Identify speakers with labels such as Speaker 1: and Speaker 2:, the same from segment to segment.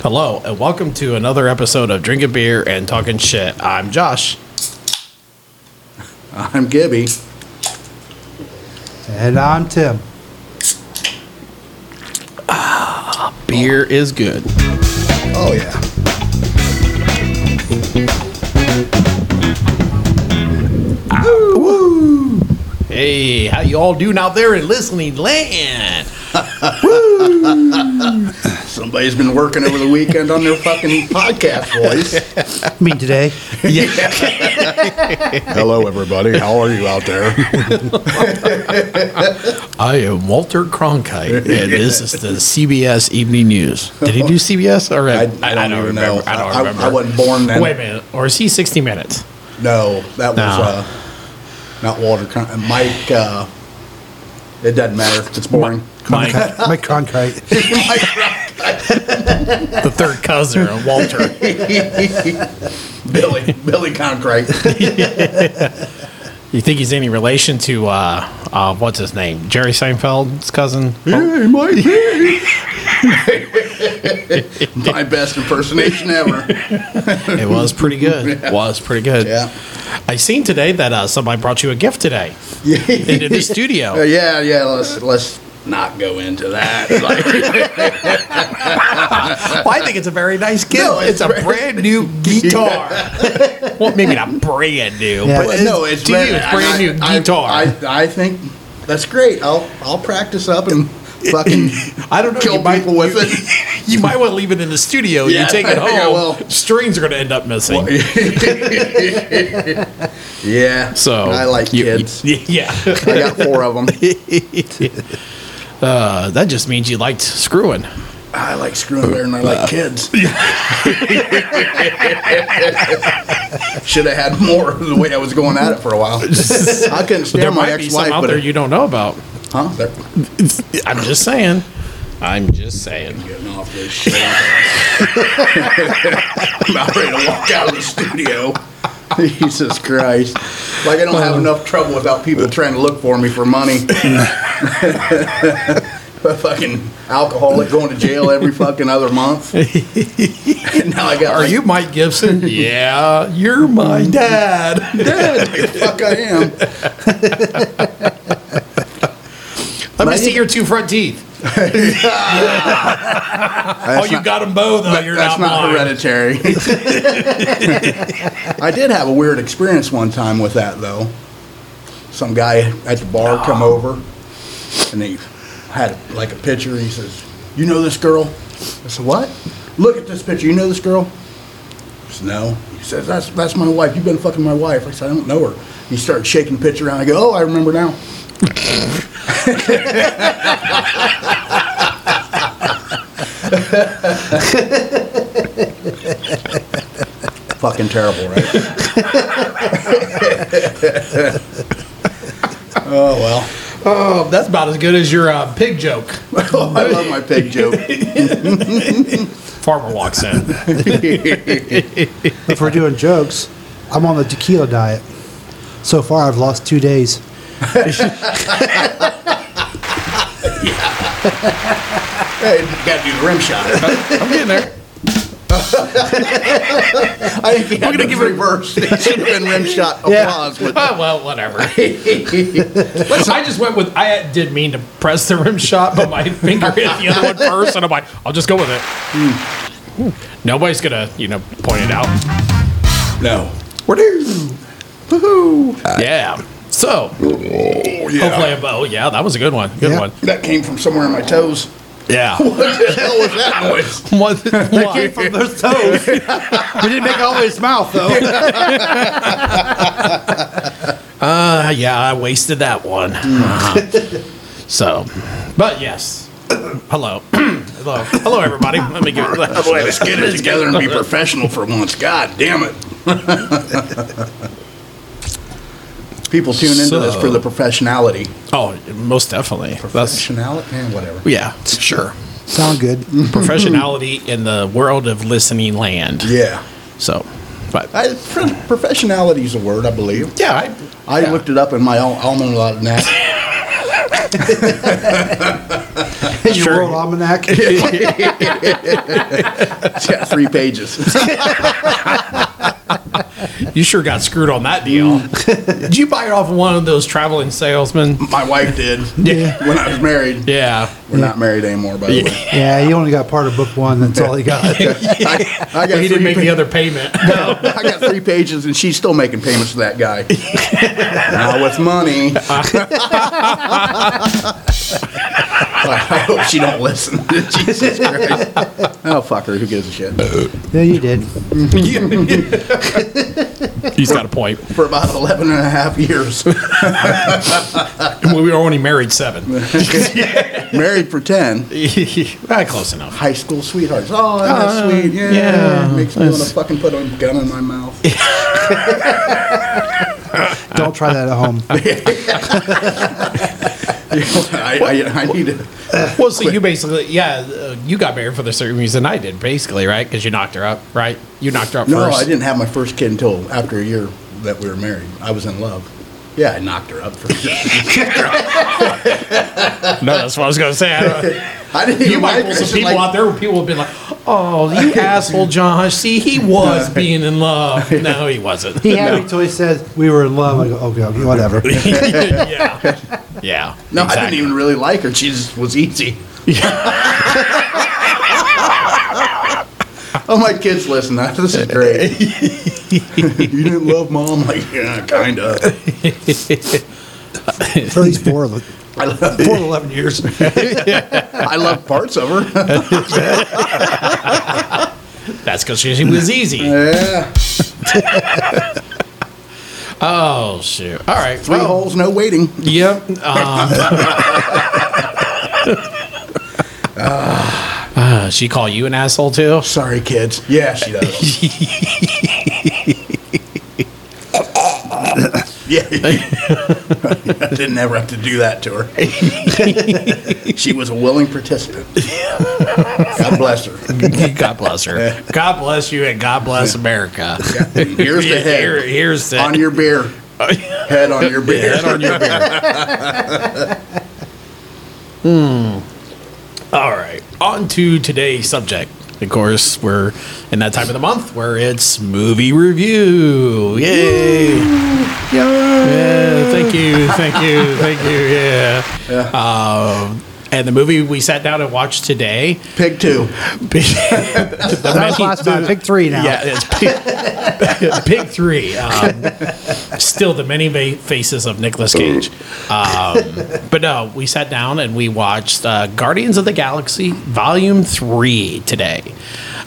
Speaker 1: Hello, and welcome to another episode of Drinking Beer and Talking Shit. I'm Josh.
Speaker 2: I'm Gibby.
Speaker 3: And I'm Tim.
Speaker 1: Beer is good.
Speaker 2: Oh yeah.
Speaker 1: Hey, how you all doing out there in listening land?
Speaker 2: Somebody's been working over the weekend on their fucking podcast voice.
Speaker 3: I mean today.
Speaker 2: Hello everybody. How are you out there?
Speaker 1: I am Walter Cronkite, and this is the CBS Evening News. Did he do CBS already?
Speaker 2: even I, I- I wasn't born then.
Speaker 1: Wait a minute, or is he 60 Minutes?
Speaker 2: No, that was
Speaker 1: No.
Speaker 2: uh not Walter Con- Mike uh it doesn't matter. It's boring.
Speaker 1: Mike,
Speaker 3: My concrete.
Speaker 1: the third cousin of Walter.
Speaker 2: Billy Billy Concrete.
Speaker 1: You think he's any relation to uh, uh, what's his name? Jerry Seinfeld's cousin?
Speaker 2: hey, Mike. My best impersonation ever.
Speaker 1: It was pretty good. Was pretty good.
Speaker 2: Yeah.
Speaker 1: I seen today that uh, somebody brought you a gift today into the
Speaker 2: Uh,
Speaker 1: studio.
Speaker 2: yeah, yeah. Let's let's not go into that. Like,
Speaker 1: Well, Oh, I think it's a very nice gift.
Speaker 2: No,
Speaker 1: it's,
Speaker 2: it's
Speaker 1: a
Speaker 2: very-
Speaker 1: brand new guitar. well, maybe not brand new,
Speaker 3: Yeah.
Speaker 1: but
Speaker 3: Well,
Speaker 1: it's,
Speaker 2: no, it's
Speaker 1: to you, it's brand new
Speaker 2: I- I-
Speaker 1: guitar.
Speaker 2: I,
Speaker 1: I,
Speaker 2: I, think that's great. I'll I'll practice up and fucking
Speaker 1: don't know.
Speaker 2: kill
Speaker 1: You might,
Speaker 2: people with
Speaker 1: you might want to leave it in the studio.
Speaker 2: Yeah,
Speaker 1: you take it
Speaker 2: I think I
Speaker 1: home.
Speaker 2: will.
Speaker 1: Strings are going to end up missing.
Speaker 2: it. yeah.
Speaker 1: so
Speaker 2: I like
Speaker 1: you-
Speaker 2: kids.
Speaker 1: you- yeah,
Speaker 2: I got four of them.
Speaker 1: uh, that just means you liked screwing.
Speaker 2: I like screwing better than I like kids. Should have had more of the way I was going at it for a while. I couldn't
Speaker 1: There
Speaker 2: stand my
Speaker 1: might be some
Speaker 2: ex-wife,
Speaker 1: out
Speaker 2: but
Speaker 1: there you don't know about.
Speaker 2: huh? They're
Speaker 1: I'm just saying. I'm just saying.
Speaker 2: getting off this shit. I'm about ready to walk out of the studio. Jesus Christ! Like I don't have enough trouble without people trying to look for me for money. A fucking alcoholic going to jail every fucking other month. and now I got
Speaker 1: Are
Speaker 2: like,
Speaker 1: you Mike Gibson? yeah, you're my dad.
Speaker 2: fuck I am.
Speaker 1: Let me
Speaker 2: Mike-
Speaker 1: see your two front teeth.
Speaker 2: That's
Speaker 1: oh, you
Speaker 2: not-
Speaker 1: got 'em got them both. Oh, you're
Speaker 2: That's
Speaker 1: not,
Speaker 2: not,
Speaker 1: mine.
Speaker 2: hereditary. I did have a weird experience one time with that though. Some guy at the bar come over, and he had like a picture. He says, "You know this girl?" I said, "What? Look at this picture. You know this girl?" I said, "No." He says, "That's that's my wife. You've been fucking my wife." I said, "I don't know her." He started shaking the picture around. I go, "Oh, I remember now." Fucking terrible, right? oh well.
Speaker 1: Oh, that's about as good as your uh, pig joke.
Speaker 2: Oh, I love my pig joke.
Speaker 1: Farmer walks in.
Speaker 3: If we're doing jokes, I'm on the tequila diet. So far, I've lost two days.
Speaker 2: Hey, got to do the rim shot.
Speaker 1: I'm getting there.
Speaker 2: I think I'm gonna give it reverse. It should have been rim shot
Speaker 3: Yeah.
Speaker 2: applause. With
Speaker 1: Oh, well, whatever. I just went with. I did mean to press the rim shot, but my finger hit the other one first, and I'm like, I'll just go with it. Hmm. Nobody's gonna, you know, point it out.
Speaker 2: no.
Speaker 1: yeah. So
Speaker 2: Oh yeah.
Speaker 1: hopefully, I'm- oh yeah, that was a good one. Good
Speaker 3: Yeah.
Speaker 1: one.
Speaker 2: that came from somewhere in my toes.
Speaker 1: Yeah.
Speaker 2: What the hell was that noise?
Speaker 1: What- why?
Speaker 3: from those toes. we didn't make it all the way to his mouth, though.
Speaker 1: Uh, yeah, I wasted that one. Uh-huh. so, but yes. Hello. Hello. Hello, everybody. Let me give it.
Speaker 2: Oh, Let's get it together and be professional for once. God damn it. People tune into this for the professionality.
Speaker 1: Oh, most definitely. That's,
Speaker 2: Professionality? Man, whatever.
Speaker 1: yeah, sure.
Speaker 3: Sound good.
Speaker 1: Professionality in the world of listening land.
Speaker 2: Yeah.
Speaker 1: So, but uh,
Speaker 2: I, pro- professionality is a word, I believe.
Speaker 1: yeah, I,
Speaker 2: I
Speaker 1: yeah.
Speaker 2: looked it up in my al- almanac.
Speaker 3: Your
Speaker 1: Sure.
Speaker 3: World Almanac.
Speaker 2: It's got three pages.
Speaker 1: You sure got screwed on that deal. Did you buy it off of one of those traveling salesmen?
Speaker 2: My wife did
Speaker 3: Yeah.
Speaker 2: when I was married.
Speaker 1: Yeah.
Speaker 2: We're not married anymore, by the way.
Speaker 3: Yeah, you only got part of book one. That's all you got.
Speaker 2: I, I
Speaker 1: But
Speaker 2: got
Speaker 1: he
Speaker 2: three
Speaker 1: didn't make
Speaker 2: pa-
Speaker 1: the other payment.
Speaker 2: I got three pages, and she's still making payments to that guy. Not with money. I hope she don't listen. Jesus Christ. Oh, fuck her. Who gives a
Speaker 1: Uh,
Speaker 2: shit?
Speaker 3: Yeah, you did.
Speaker 1: He's got a point.
Speaker 2: For about 11 and a half years.
Speaker 1: We were only married seven.
Speaker 2: Married for 10.
Speaker 1: Ah, close enough.
Speaker 2: High school sweethearts. Oh, that's sweet. Yeah.
Speaker 1: Uh, yeah.
Speaker 2: Makes me want to fucking put a gun in my mouth.
Speaker 3: Don't try that at home.
Speaker 2: I, I, I need to.
Speaker 1: Well, so you basically, yeah, uh, you got married for the same reason I did, basically, right? Because you knocked her up, right? You knocked her up
Speaker 2: No,
Speaker 1: first.
Speaker 2: I didn't have my first kid until after a year that we were married. I was in love. Yeah, I knocked her up for
Speaker 1: No, that's what I was going to say. I don't-
Speaker 2: I didn't
Speaker 1: you
Speaker 2: even
Speaker 1: might
Speaker 2: like
Speaker 1: pull
Speaker 2: her.
Speaker 1: some
Speaker 2: She's
Speaker 1: people
Speaker 2: like-
Speaker 1: out there where people have been like, oh, you asshole, John. See, he was being in love. No, he wasn't.
Speaker 3: He had me until he said we were in love. I go, okay, okay, whatever.
Speaker 1: yeah. Yeah.
Speaker 2: No, I
Speaker 1: exactly.
Speaker 2: didn't even really like her. She just was easy. oh, my kids listen. That This is great. you didn't love mom? Like, yeah, kind of.
Speaker 3: For at least four, of the-
Speaker 2: I, love-
Speaker 3: four to eleven years.
Speaker 2: I love parts of her.
Speaker 1: That's because she, she was easy.
Speaker 2: yeah.
Speaker 1: Oh, shoot. All right.
Speaker 2: Three
Speaker 1: well,
Speaker 2: holes, no waiting.
Speaker 1: Yep. Um, Ah, she call you an asshole too?
Speaker 2: Sorry, kids. Yeah, she does. yeah. I didn't ever have to do that to her. she was a willing participant. God bless her.
Speaker 1: God bless her. God bless you, and God bless America.
Speaker 2: Here's the head.
Speaker 1: Here- here's the
Speaker 2: on your beer. Head on your beer.
Speaker 1: head on your beer. Hmm. All right. On to today's subject. Of course, we're in that time of the month where it's movie review. Yay! Yeah, thank you, thank you, thank you. Yeah. Um, and the movie we sat down and watched today.
Speaker 2: Pig two.
Speaker 1: the
Speaker 3: That was
Speaker 1: Many-
Speaker 3: last time. Pick three now.
Speaker 1: Yeah, it's pig, pig three. Um, still the many va- faces of Nicolas Cage. Um, but no, we sat down and we watched uh, Guardians of the Galaxy Volume Three today.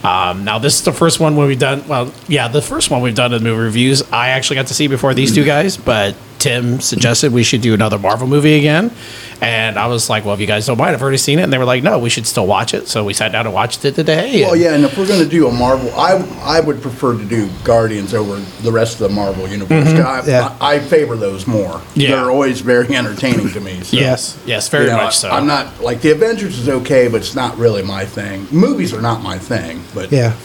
Speaker 1: Um, now this is the first one we've done. Well, yeah, the first one we've done in movie reviews. I actually got to see before these two guys, but Tim suggested we should do another Marvel movie again. And I was like, well, if you guys don't mind, I've already seen it. And they were like, no, we should still watch it. So we sat down and watched it today.
Speaker 2: Well, Oh, yeah, and if we're going to do a Marvel, I I would prefer to do Guardians over the rest of the Marvel universe. I,
Speaker 3: Yeah.
Speaker 2: I, I favor those more.
Speaker 1: Yeah.
Speaker 2: They're always very entertaining to me. So.
Speaker 1: Yes. Yes, very
Speaker 2: You know,
Speaker 1: much so.
Speaker 2: I'm not like the Avengers is okay, but it's not really my thing. Movies are not my thing, but
Speaker 3: Yeah.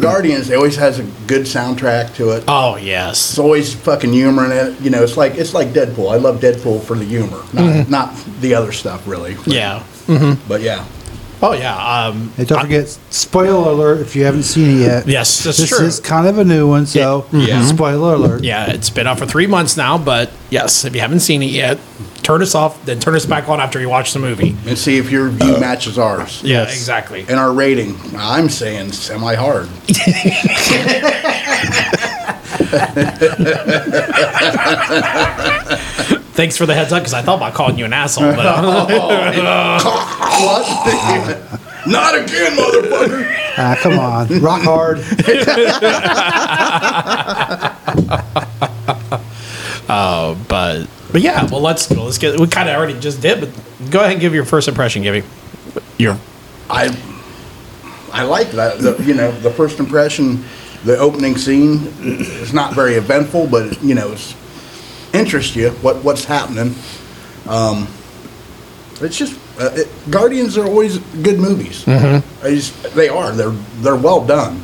Speaker 2: Guardians it always has a good soundtrack to it.
Speaker 1: Oh yes.
Speaker 2: It's always fucking humor in it. You know, it's like it's like Deadpool. I love Deadpool for the humor, not, not the other stuff really.
Speaker 1: Yeah.
Speaker 2: But yeah,
Speaker 1: Oh yeah. Um,
Speaker 3: And don't forget, spoiler alert if you haven't seen it yet.
Speaker 1: Yes, that's
Speaker 3: this
Speaker 1: true.
Speaker 3: is kind of a new one, so
Speaker 1: Yeah.
Speaker 3: spoiler alert.
Speaker 1: yeah, it's been out for three months now, but yes, if you haven't seen it yet, turn us off, then turn us back on after you watch the movie.
Speaker 2: and see if your view matches ours.
Speaker 1: Yeah, exactly.
Speaker 2: And our rating, I'm saying semi hard.
Speaker 1: Thanks for the heads up because I thought about calling you an asshole, but
Speaker 2: what? not again, motherfucker.
Speaker 3: Ah, come on. Rock hard.
Speaker 1: uh, but but yeah, well let's let's get we kind of already just did, but go ahead and give your first impression, Gibby. Your
Speaker 2: I I like that. The, you know, the first impression, the opening scene is not very eventful, but you know, it's interests you what what's happening. Um, it's just uh, it, Guardians are always good movies. I just- they are. They're they're well done.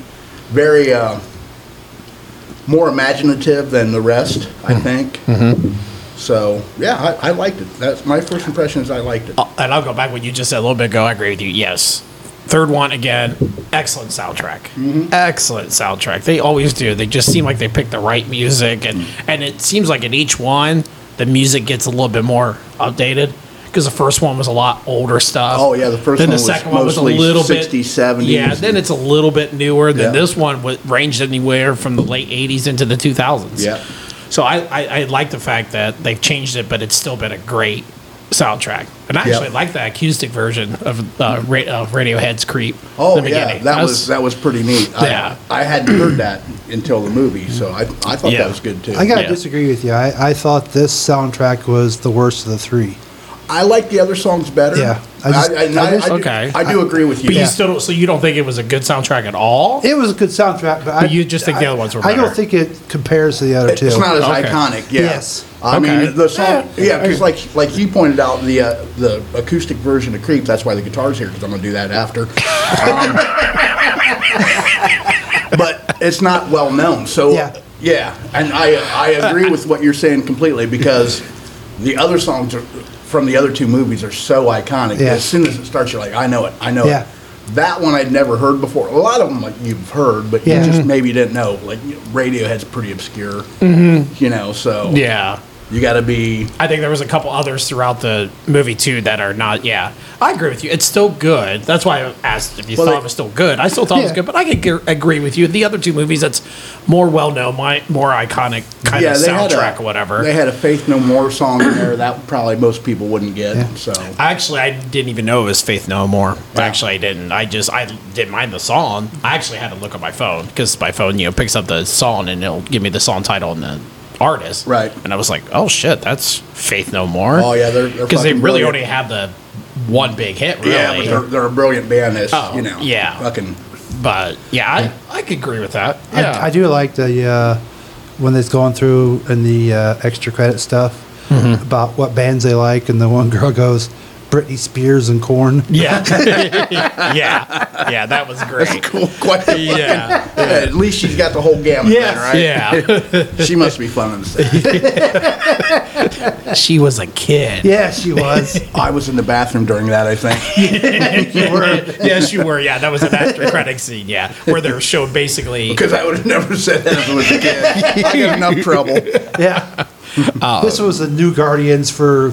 Speaker 2: Very uh, more imaginative than the rest, I think. So yeah, I, I liked it. That's my first impression is I liked it.
Speaker 1: And I'll go back what you just said a little bit ago. I agree with you. Yes. Third one again, excellent soundtrack.
Speaker 2: Mm-hmm.
Speaker 1: Excellent soundtrack. They always do. They just seem like they pick the right music, and
Speaker 2: Mm.
Speaker 1: and it seems like in each one the music gets a little bit more updated because the first one was a lot older stuff.
Speaker 2: Oh, yeah, the first
Speaker 1: then
Speaker 2: one was
Speaker 1: the second one was a
Speaker 2: mostly
Speaker 1: little bit
Speaker 2: 60s, 70s.
Speaker 1: Yeah, then it's a little bit newer. Then
Speaker 2: Yeah.
Speaker 1: this one wa- ranged anywhere from the late '80s into the 2000s.
Speaker 2: Yeah.
Speaker 1: So I, I, I like the fact that they've changed it, but it's still been a great soundtrack. And I
Speaker 2: Yeah.
Speaker 1: actually like the acoustic version of uh, ra- of Radiohead's "Creep."
Speaker 2: Oh
Speaker 1: in the
Speaker 2: yeah,
Speaker 1: beginning.
Speaker 2: that
Speaker 1: That's-
Speaker 2: was that was pretty neat. I-
Speaker 1: Yeah.
Speaker 2: I, hadn't heard that until the movie, so I I thought
Speaker 1: Yeah.
Speaker 2: that was good too.
Speaker 3: I gotta
Speaker 1: Yeah.
Speaker 3: disagree with you. I, I thought this soundtrack was the worst of the three.
Speaker 2: I like the other songs better.
Speaker 3: Yeah,
Speaker 2: I,
Speaker 3: I just-
Speaker 2: I, and I,
Speaker 3: I just-
Speaker 2: I do,
Speaker 1: Okay.
Speaker 2: I do agree with you.
Speaker 1: But you still don't, so you don't think it was a good soundtrack at all?
Speaker 3: It was a good soundtrack, but, I,
Speaker 1: But you just think the other ones were
Speaker 3: I
Speaker 1: better.
Speaker 3: don't think it compares to the other two.
Speaker 2: It's not as
Speaker 1: Okay.
Speaker 2: iconic. Yeah.
Speaker 3: Yes.
Speaker 2: I
Speaker 1: Okay.
Speaker 2: mean the song. Yeah, because like like you pointed out the uh, the acoustic version of "Creep." That's why the guitar's here because I'm gonna do that after. Um, but it's not well known. So
Speaker 3: Yeah.
Speaker 2: yeah, and I I agree with what you're saying completely because the other songs are, from the other two movies are so iconic.
Speaker 3: Yeah.
Speaker 2: As soon as it starts, you're like, I know it. I know
Speaker 3: Yeah.
Speaker 2: it. That one I'd never heard before. A lot of them like, you've heard, but
Speaker 3: Yeah. Mm-hmm.
Speaker 2: you just maybe didn't know. Like you know, Radiohead's pretty obscure,
Speaker 3: Mm-hmm.
Speaker 2: you know. So
Speaker 1: Yeah.
Speaker 2: you got to be
Speaker 1: I think there was a couple others throughout the movie too that are not. Yeah, I agree with you. It's still good. That's why I asked if you
Speaker 2: Well,
Speaker 1: thought
Speaker 2: they-
Speaker 1: it was still good. I still thought it was
Speaker 3: Yeah.
Speaker 1: good, but I could g- agree with you. The other two movies, that's more well known, my more iconic kind of soundtrack,
Speaker 2: had a,
Speaker 1: or whatever.
Speaker 2: They had a Faith No More song in there that probably most people wouldn't get.
Speaker 3: Yeah.
Speaker 2: So
Speaker 1: Actually, I didn't even know it was Faith No More. Actually, I didn't. I just I didn't mind the song. I actually had to look at my phone because my phone, you know, picks up the song and it'll give me the song title and the artist.
Speaker 2: Right.
Speaker 1: And I was like, oh shit, that's Faith No More.
Speaker 2: Oh, yeah, they're- they're
Speaker 1: because they
Speaker 2: fucking
Speaker 1: really only
Speaker 2: brilliant.
Speaker 1: have the one big hit. Really.
Speaker 2: yeah, but they're, they're a brilliant band. That's
Speaker 1: Oh,
Speaker 2: you know,
Speaker 1: yeah.
Speaker 2: fucking
Speaker 1: But yeah, I, I could agree with that. Yeah.
Speaker 3: I, I do like the uh, when it's going through and the uh, extra credit stuff
Speaker 1: Mm-hmm.
Speaker 3: about what bands they like, and the one girl goes, "Britney Spears and Corn."
Speaker 1: Yeah. yeah. Yeah. That was great.
Speaker 2: cool. Quite a-
Speaker 1: Yeah.
Speaker 2: At least she's got the whole gamut.
Speaker 3: Yes.
Speaker 2: then, right?
Speaker 1: Yeah.
Speaker 2: She must be fun on the set.
Speaker 1: she was a kid.
Speaker 3: Yeah, she was.
Speaker 2: I was in the bathroom during that. I think.
Speaker 1: yes, you were. Yeah, that was an after credit scene. Yeah, where they're showed basically.
Speaker 2: Because I would have never said that if I was a kid. I got enough trouble.
Speaker 3: yeah,
Speaker 1: Oh.
Speaker 3: this was the New Guardians for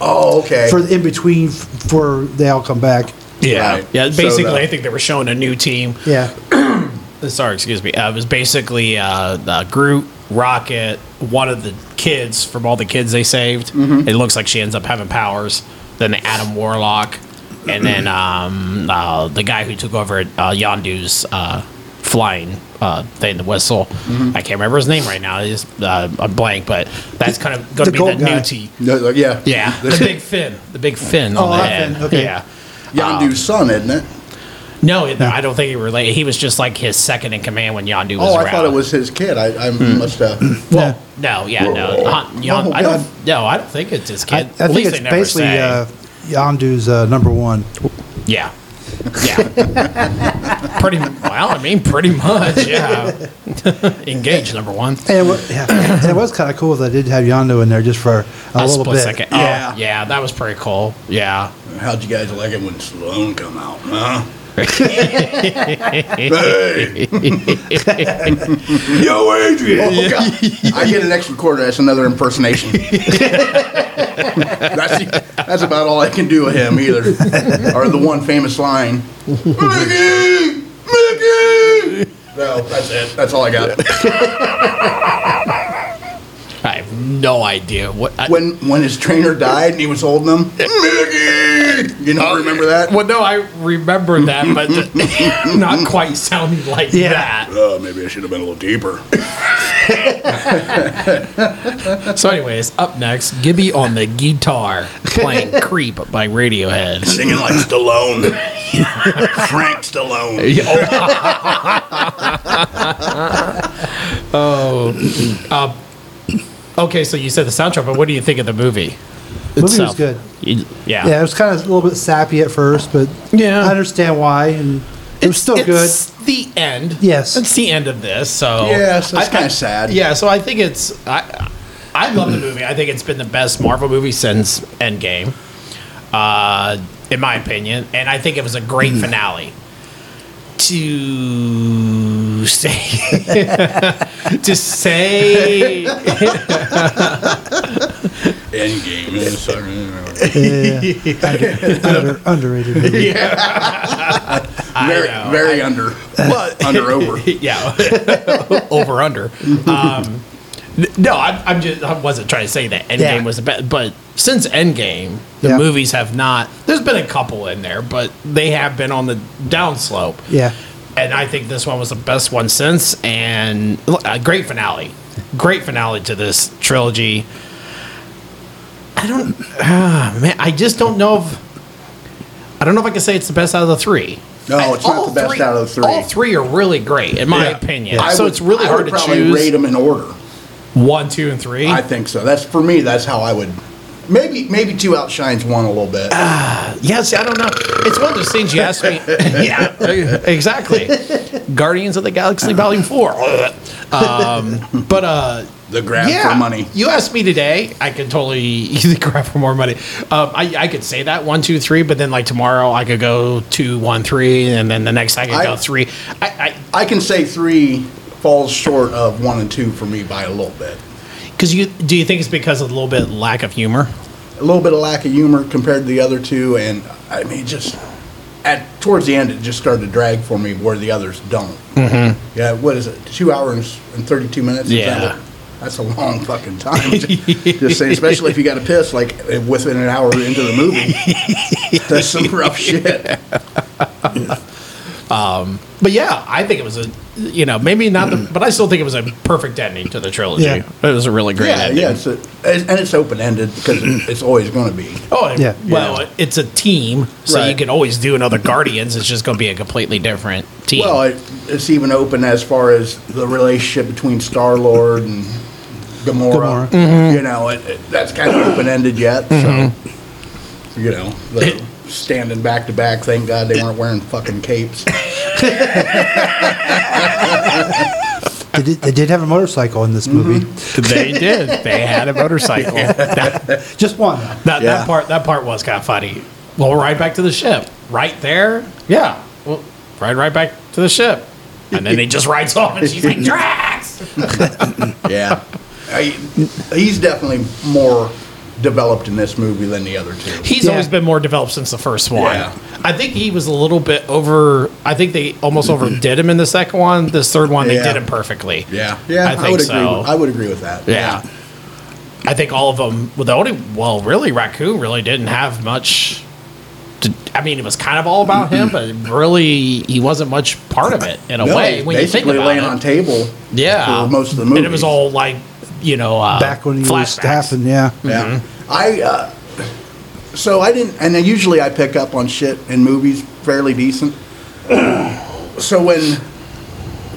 Speaker 2: Oh, okay.
Speaker 3: for the in between f- for they all come back.
Speaker 1: Yeah,
Speaker 2: Right.
Speaker 1: yeah.
Speaker 2: So
Speaker 1: Basically,
Speaker 2: the-
Speaker 1: I think they were showing a new team.
Speaker 3: Yeah,
Speaker 1: Sorry, excuse me. Uh, it was basically uh, uh, Groot, Rocket, one of the kids from all the kids they saved.
Speaker 2: Mm-hmm.
Speaker 1: It looks like she ends up having powers. Then the Adam Warlock, and then um, uh, the guy who took over uh, Yondu's uh, flying uh, thing, the whistle.
Speaker 2: Mm-hmm.
Speaker 1: I can't remember his name right now. It's uh, a blank, but that's kind of going to
Speaker 3: The
Speaker 1: be
Speaker 3: gold
Speaker 1: the
Speaker 3: guy.
Speaker 1: new team.
Speaker 2: No, like, yeah.
Speaker 1: Yeah, the big fin, the big fin on
Speaker 3: Oh,
Speaker 1: the
Speaker 3: that
Speaker 1: head.
Speaker 3: fin, okay.
Speaker 1: Yeah.
Speaker 2: um, Yondu's son, isn't it?
Speaker 1: No, it- I don't think he related. He was just like his second in command when Yondu was
Speaker 2: Oh,
Speaker 1: around.
Speaker 2: I thought Hmm. it was his kid. I, I must have.
Speaker 1: Well, no, yeah, no, not Yon-
Speaker 2: Oh,
Speaker 1: I
Speaker 2: God.
Speaker 1: don't. No, I don't think it's his
Speaker 3: I, I
Speaker 1: kid. At
Speaker 3: think
Speaker 1: least
Speaker 3: it's
Speaker 1: they never
Speaker 3: basically
Speaker 1: say.
Speaker 3: uh, Yondu's uh, number one.
Speaker 1: yeah, yeah. pretty well. I mean, pretty much. Yeah. Engage number one.
Speaker 3: And it was, yeah, and it was kind of cool that they did have Yondu in there just for a,
Speaker 1: A
Speaker 3: little
Speaker 1: split
Speaker 3: bit.
Speaker 1: second.
Speaker 2: Yeah.
Speaker 1: Oh, yeah, that was pretty cool. Yeah.
Speaker 2: How'd you guys like it when Sloan come out, huh? hey! Yo, Adrian! Oh, God. I get an extra quarter. That's another impersonation. that's, the- that's about all I can do with him, either. Or the one famous line Mickey! Mickey! No, that's it. That's all I got.
Speaker 1: I have no idea what. I,
Speaker 2: When when his trainer died and he was holding him, Mickey! Oh, You know, remember that?
Speaker 1: well, no, I remember that, but not quite sounding like
Speaker 3: Yeah.
Speaker 1: that.
Speaker 2: Oh, maybe I should have been a little deeper.
Speaker 1: So, anyways, up next, Gibby on the guitar playing "Creep" by Radiohead.
Speaker 2: singing like Stallone, Frank Stallone.
Speaker 1: Okay, so you said the soundtrack, but what do you think of the movie?
Speaker 3: Movie was good.
Speaker 1: You- yeah,
Speaker 3: Yeah, it was kind of a little bit sappy at first, but
Speaker 1: Yeah.
Speaker 3: I understand why, and it was still good.
Speaker 1: it's the end.
Speaker 3: Yes.
Speaker 1: it's the end of this. So
Speaker 2: Yeah, so it's
Speaker 1: I-
Speaker 2: kinda
Speaker 1: I-
Speaker 2: sad.
Speaker 1: Yeah, so I think it's I. I love the movie. I think it's been the best Marvel movie since Endgame, uh, in my opinion. And I think it was a
Speaker 3: Hmm.
Speaker 1: great finale. To say, to say,
Speaker 2: Endgame is.
Speaker 3: Under, underrated movie.
Speaker 2: very,
Speaker 1: know.
Speaker 2: very under, but under over.
Speaker 1: yeah, over under. Um, n- no, I'm, I'm just I wasn't trying to say that Endgame
Speaker 3: Yeah.
Speaker 1: was the best, but since Endgame, the
Speaker 3: Yeah.
Speaker 1: movies have not. There's been a couple in there, but they have been on the downslope.
Speaker 3: Yeah.
Speaker 1: and I think this one was the best one since, and l- a great finale, great finale to this trilogy. I don't, ah, man, I just don't know if I don't know if I can say it's the best out of the three.
Speaker 2: No,
Speaker 1: I-
Speaker 2: Oh, it's not
Speaker 1: all
Speaker 2: the best out of the three.
Speaker 1: All three are really great, in my
Speaker 2: Yeah.
Speaker 1: opinion.
Speaker 2: I
Speaker 1: so
Speaker 2: would-
Speaker 1: it's really
Speaker 2: I
Speaker 1: hard
Speaker 2: would
Speaker 1: to
Speaker 2: probably
Speaker 1: choose
Speaker 2: Rate them in order.
Speaker 1: one, two, and three.
Speaker 2: I think so. That's for me. That's how I would. Maybe maybe two outshines one a little bit.
Speaker 1: Uh, yeah, see, I don't know. It's one of those things you ask me. yeah, exactly. Guardians of the Galaxy Volume Four. um, but uh,
Speaker 2: the grab for money.
Speaker 1: You asked me today, I could totally grab for more money. Um, I, I could say that one, two, three, but then like tomorrow I could go two, one, three, and then the next I could
Speaker 2: I-
Speaker 1: go three. I
Speaker 2: I can say three falls short of one and two for me by a little bit.
Speaker 1: because you do you think it's because of a little bit lack of humor?
Speaker 2: A little bit of lack of humor compared to the other two, and I mean just at towards the end it just started to drag for me where the others don't. Mm-hmm. Yeah, what is it? Two hours and thirty two minutes. Is that
Speaker 1: Yeah.
Speaker 2: what- That's a long fucking time. Just saying, especially if you got to piss like within an hour into the movie. That's some rough shit.
Speaker 1: But yeah, I think it was a you know maybe not, the, but I still think it was a perfect ending to the trilogy.
Speaker 3: Yeah.
Speaker 1: It was a really great
Speaker 2: Yeah,
Speaker 1: ending.
Speaker 2: yeah, it's a, and and it's open ended because it- it's always going to be.
Speaker 1: Oh it-
Speaker 3: Yeah.
Speaker 1: well, it's a team, so you
Speaker 2: Right.
Speaker 1: can always do another Guardians. It's just going to be a completely different team.
Speaker 2: Well, it, it's even open as far as the relationship between Star Lord and Gamora.
Speaker 3: Gamora.
Speaker 2: You
Speaker 1: Mm-hmm.
Speaker 2: know, it, it- that's kind of open ended yet. So,
Speaker 1: Mm-hmm.
Speaker 2: you know, the standing back to back. Thank God they weren't wearing fucking capes.
Speaker 3: They did, they did have a motorcycle in this movie.
Speaker 1: they did. They had a motorcycle.
Speaker 3: Just one.
Speaker 1: That,
Speaker 2: Yeah.
Speaker 1: that part that part was kind of funny. Well, right back to the ship, right there. Yeah, well, ride right back to the ship, and then he just rides off, and she's like, "Drax."
Speaker 2: Yeah, I, he's definitely more developed in this movie than the other two.
Speaker 1: He's
Speaker 3: Yeah.
Speaker 1: always been more developed since the first one.
Speaker 2: Yeah.
Speaker 1: I think he was a little bit over. I think they almost overdid him in the second one. This third one, they
Speaker 2: Yeah.
Speaker 1: did him perfectly.
Speaker 2: Yeah, yeah,
Speaker 1: I think
Speaker 2: would
Speaker 1: so.
Speaker 2: agree. With, I would agree with that.
Speaker 1: Yeah. I think all of them. Well, the only well, really, Raccoon really didn't have much. To, I mean, it was kind of all about him, but really, he wasn't much part of it in a
Speaker 2: No,
Speaker 1: way. When you think
Speaker 2: basically
Speaker 1: about
Speaker 2: laying
Speaker 1: it,
Speaker 2: on table.
Speaker 1: yeah,
Speaker 2: for most of the movie.
Speaker 1: and it was all like you know, uh,
Speaker 3: Back when he was
Speaker 1: flashbacks.
Speaker 3: staffing, yeah.
Speaker 2: Yeah.
Speaker 1: Mm-hmm.
Speaker 2: I, uh, so I didn't, and then usually I pick up on shit in movies fairly decent. so when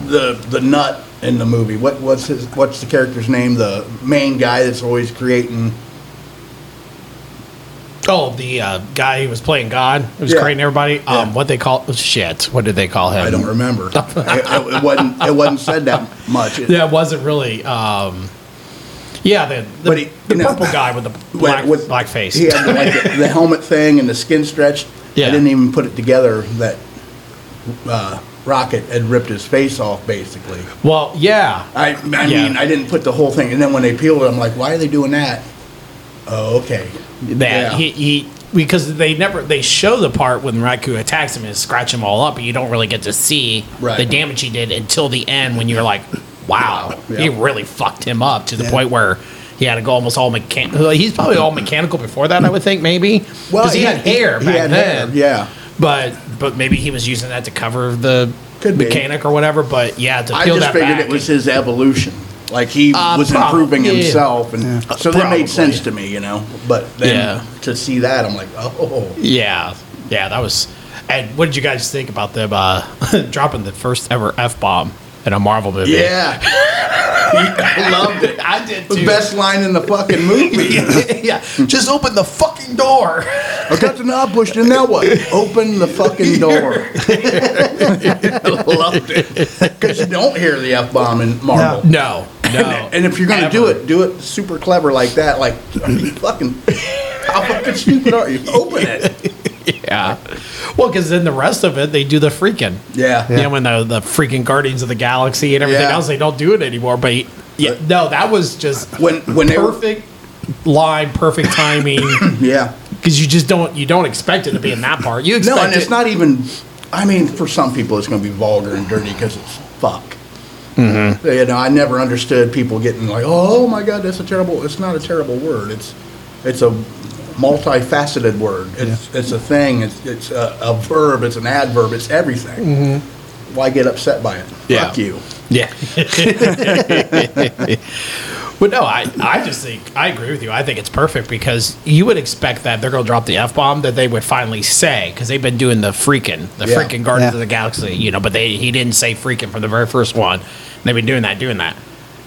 Speaker 2: the the nut in the movie, what what's his what's the character's name? The main guy that's always creating.
Speaker 1: Oh, the uh, guy who was playing God, who was
Speaker 2: Yeah.
Speaker 1: creating everybody. Um,
Speaker 2: Yeah.
Speaker 1: what they call shit? What did they call him?
Speaker 2: I don't remember. I, I, it wasn't it wasn't said that much. It-
Speaker 1: Yeah, it wasn't really. Um, yeah, the the,
Speaker 2: But he-
Speaker 1: the
Speaker 2: you know,
Speaker 1: purple guy with the
Speaker 2: when-
Speaker 1: black
Speaker 2: with-
Speaker 1: black face.
Speaker 2: He had the, like, the, the helmet thing and the skin stretched.
Speaker 1: Yeah.
Speaker 2: I didn't even put it together that uh, Rocket had ripped his face off, basically.
Speaker 1: Well, yeah,
Speaker 2: I, I
Speaker 1: Yeah.
Speaker 2: mean, I didn't put the whole thing. And then when they peeled it, I'm like, why are they doing that? Oh, okay.
Speaker 1: that
Speaker 2: Yeah.
Speaker 1: he, he because they never they show the part when Raikou attacks him and scratch him all up, but you don't really get to see
Speaker 2: Right.
Speaker 1: the damage he did until the end when you're like, wow,
Speaker 2: Yeah.
Speaker 1: he really fucked him up to the
Speaker 3: Yeah.
Speaker 1: point where he had to go almost all mechanical. He's probably all mechanical before that, I would think maybe because he had hair back then.
Speaker 2: yeah.
Speaker 1: But but maybe he was using that to cover the
Speaker 2: Could be.
Speaker 1: mechanic or whatever. But yeah, to
Speaker 2: I
Speaker 1: peel
Speaker 2: just
Speaker 1: that
Speaker 2: figured
Speaker 1: back
Speaker 2: it was his evolution. Like he
Speaker 1: Uh,
Speaker 2: was
Speaker 1: prob-
Speaker 2: improving
Speaker 1: yeah.
Speaker 2: himself, and so that
Speaker 1: Probably.
Speaker 2: made sense to me, you know. But then
Speaker 1: Yeah.
Speaker 2: to see that, I'm like, oh,
Speaker 1: Yeah, yeah, that was. And what did you guys think about them uh, dropping the first ever f bomb in a Marvel movie?
Speaker 2: yeah, I loved it.
Speaker 1: I did
Speaker 2: The
Speaker 1: too.
Speaker 2: best line in the fucking movie.
Speaker 1: yeah, just open the fucking door.
Speaker 2: I got the knob pushed in that way. Open the fucking door. I loved it. Because you don't hear the F bomb in Marvel.
Speaker 1: No, no.
Speaker 2: And if you're going to do
Speaker 1: Ever.
Speaker 2: it, do it super clever like that. Like, are you fucking, how fucking stupid are you? Open it.
Speaker 1: yeah. Well, because then the rest of it, they do the freaking.
Speaker 2: Yeah.
Speaker 1: You know, when the, the freaking Guardians of the Galaxy and everything
Speaker 2: Yeah.
Speaker 1: else, they don't do it anymore. But he- yeah, no, that was just
Speaker 2: When- when they were-
Speaker 1: perfect line, perfect timing,
Speaker 2: Yeah.
Speaker 1: because you just don't you don't expect it to be in that part. You expect
Speaker 2: No, and it's
Speaker 1: it-
Speaker 2: not even, I mean, for some people, it's going to be vulgar and dirty because it's fuck.
Speaker 1: Mm-hmm.
Speaker 2: You know, I never understood people getting like, oh my God, that's a terrible, it's not a terrible word. It's, it's a multifaceted word. It's, it's a thing, it's, it's a, a verb, it's an adverb, it's everything. Why get upset by it?
Speaker 1: Mm-hmm. Yeah.
Speaker 2: Fuck you.
Speaker 1: Yeah. but no, I, I just think I agree with you. I think it's perfect because you would expect that they're going to drop the F bomb that they would finally say because they've been doing the freaking, the
Speaker 2: Yeah.
Speaker 1: freaking Guardians
Speaker 3: Yeah.
Speaker 1: of the Galaxy, you know, but they he didn't say freaking from the very first one. They've been doing that, doing that.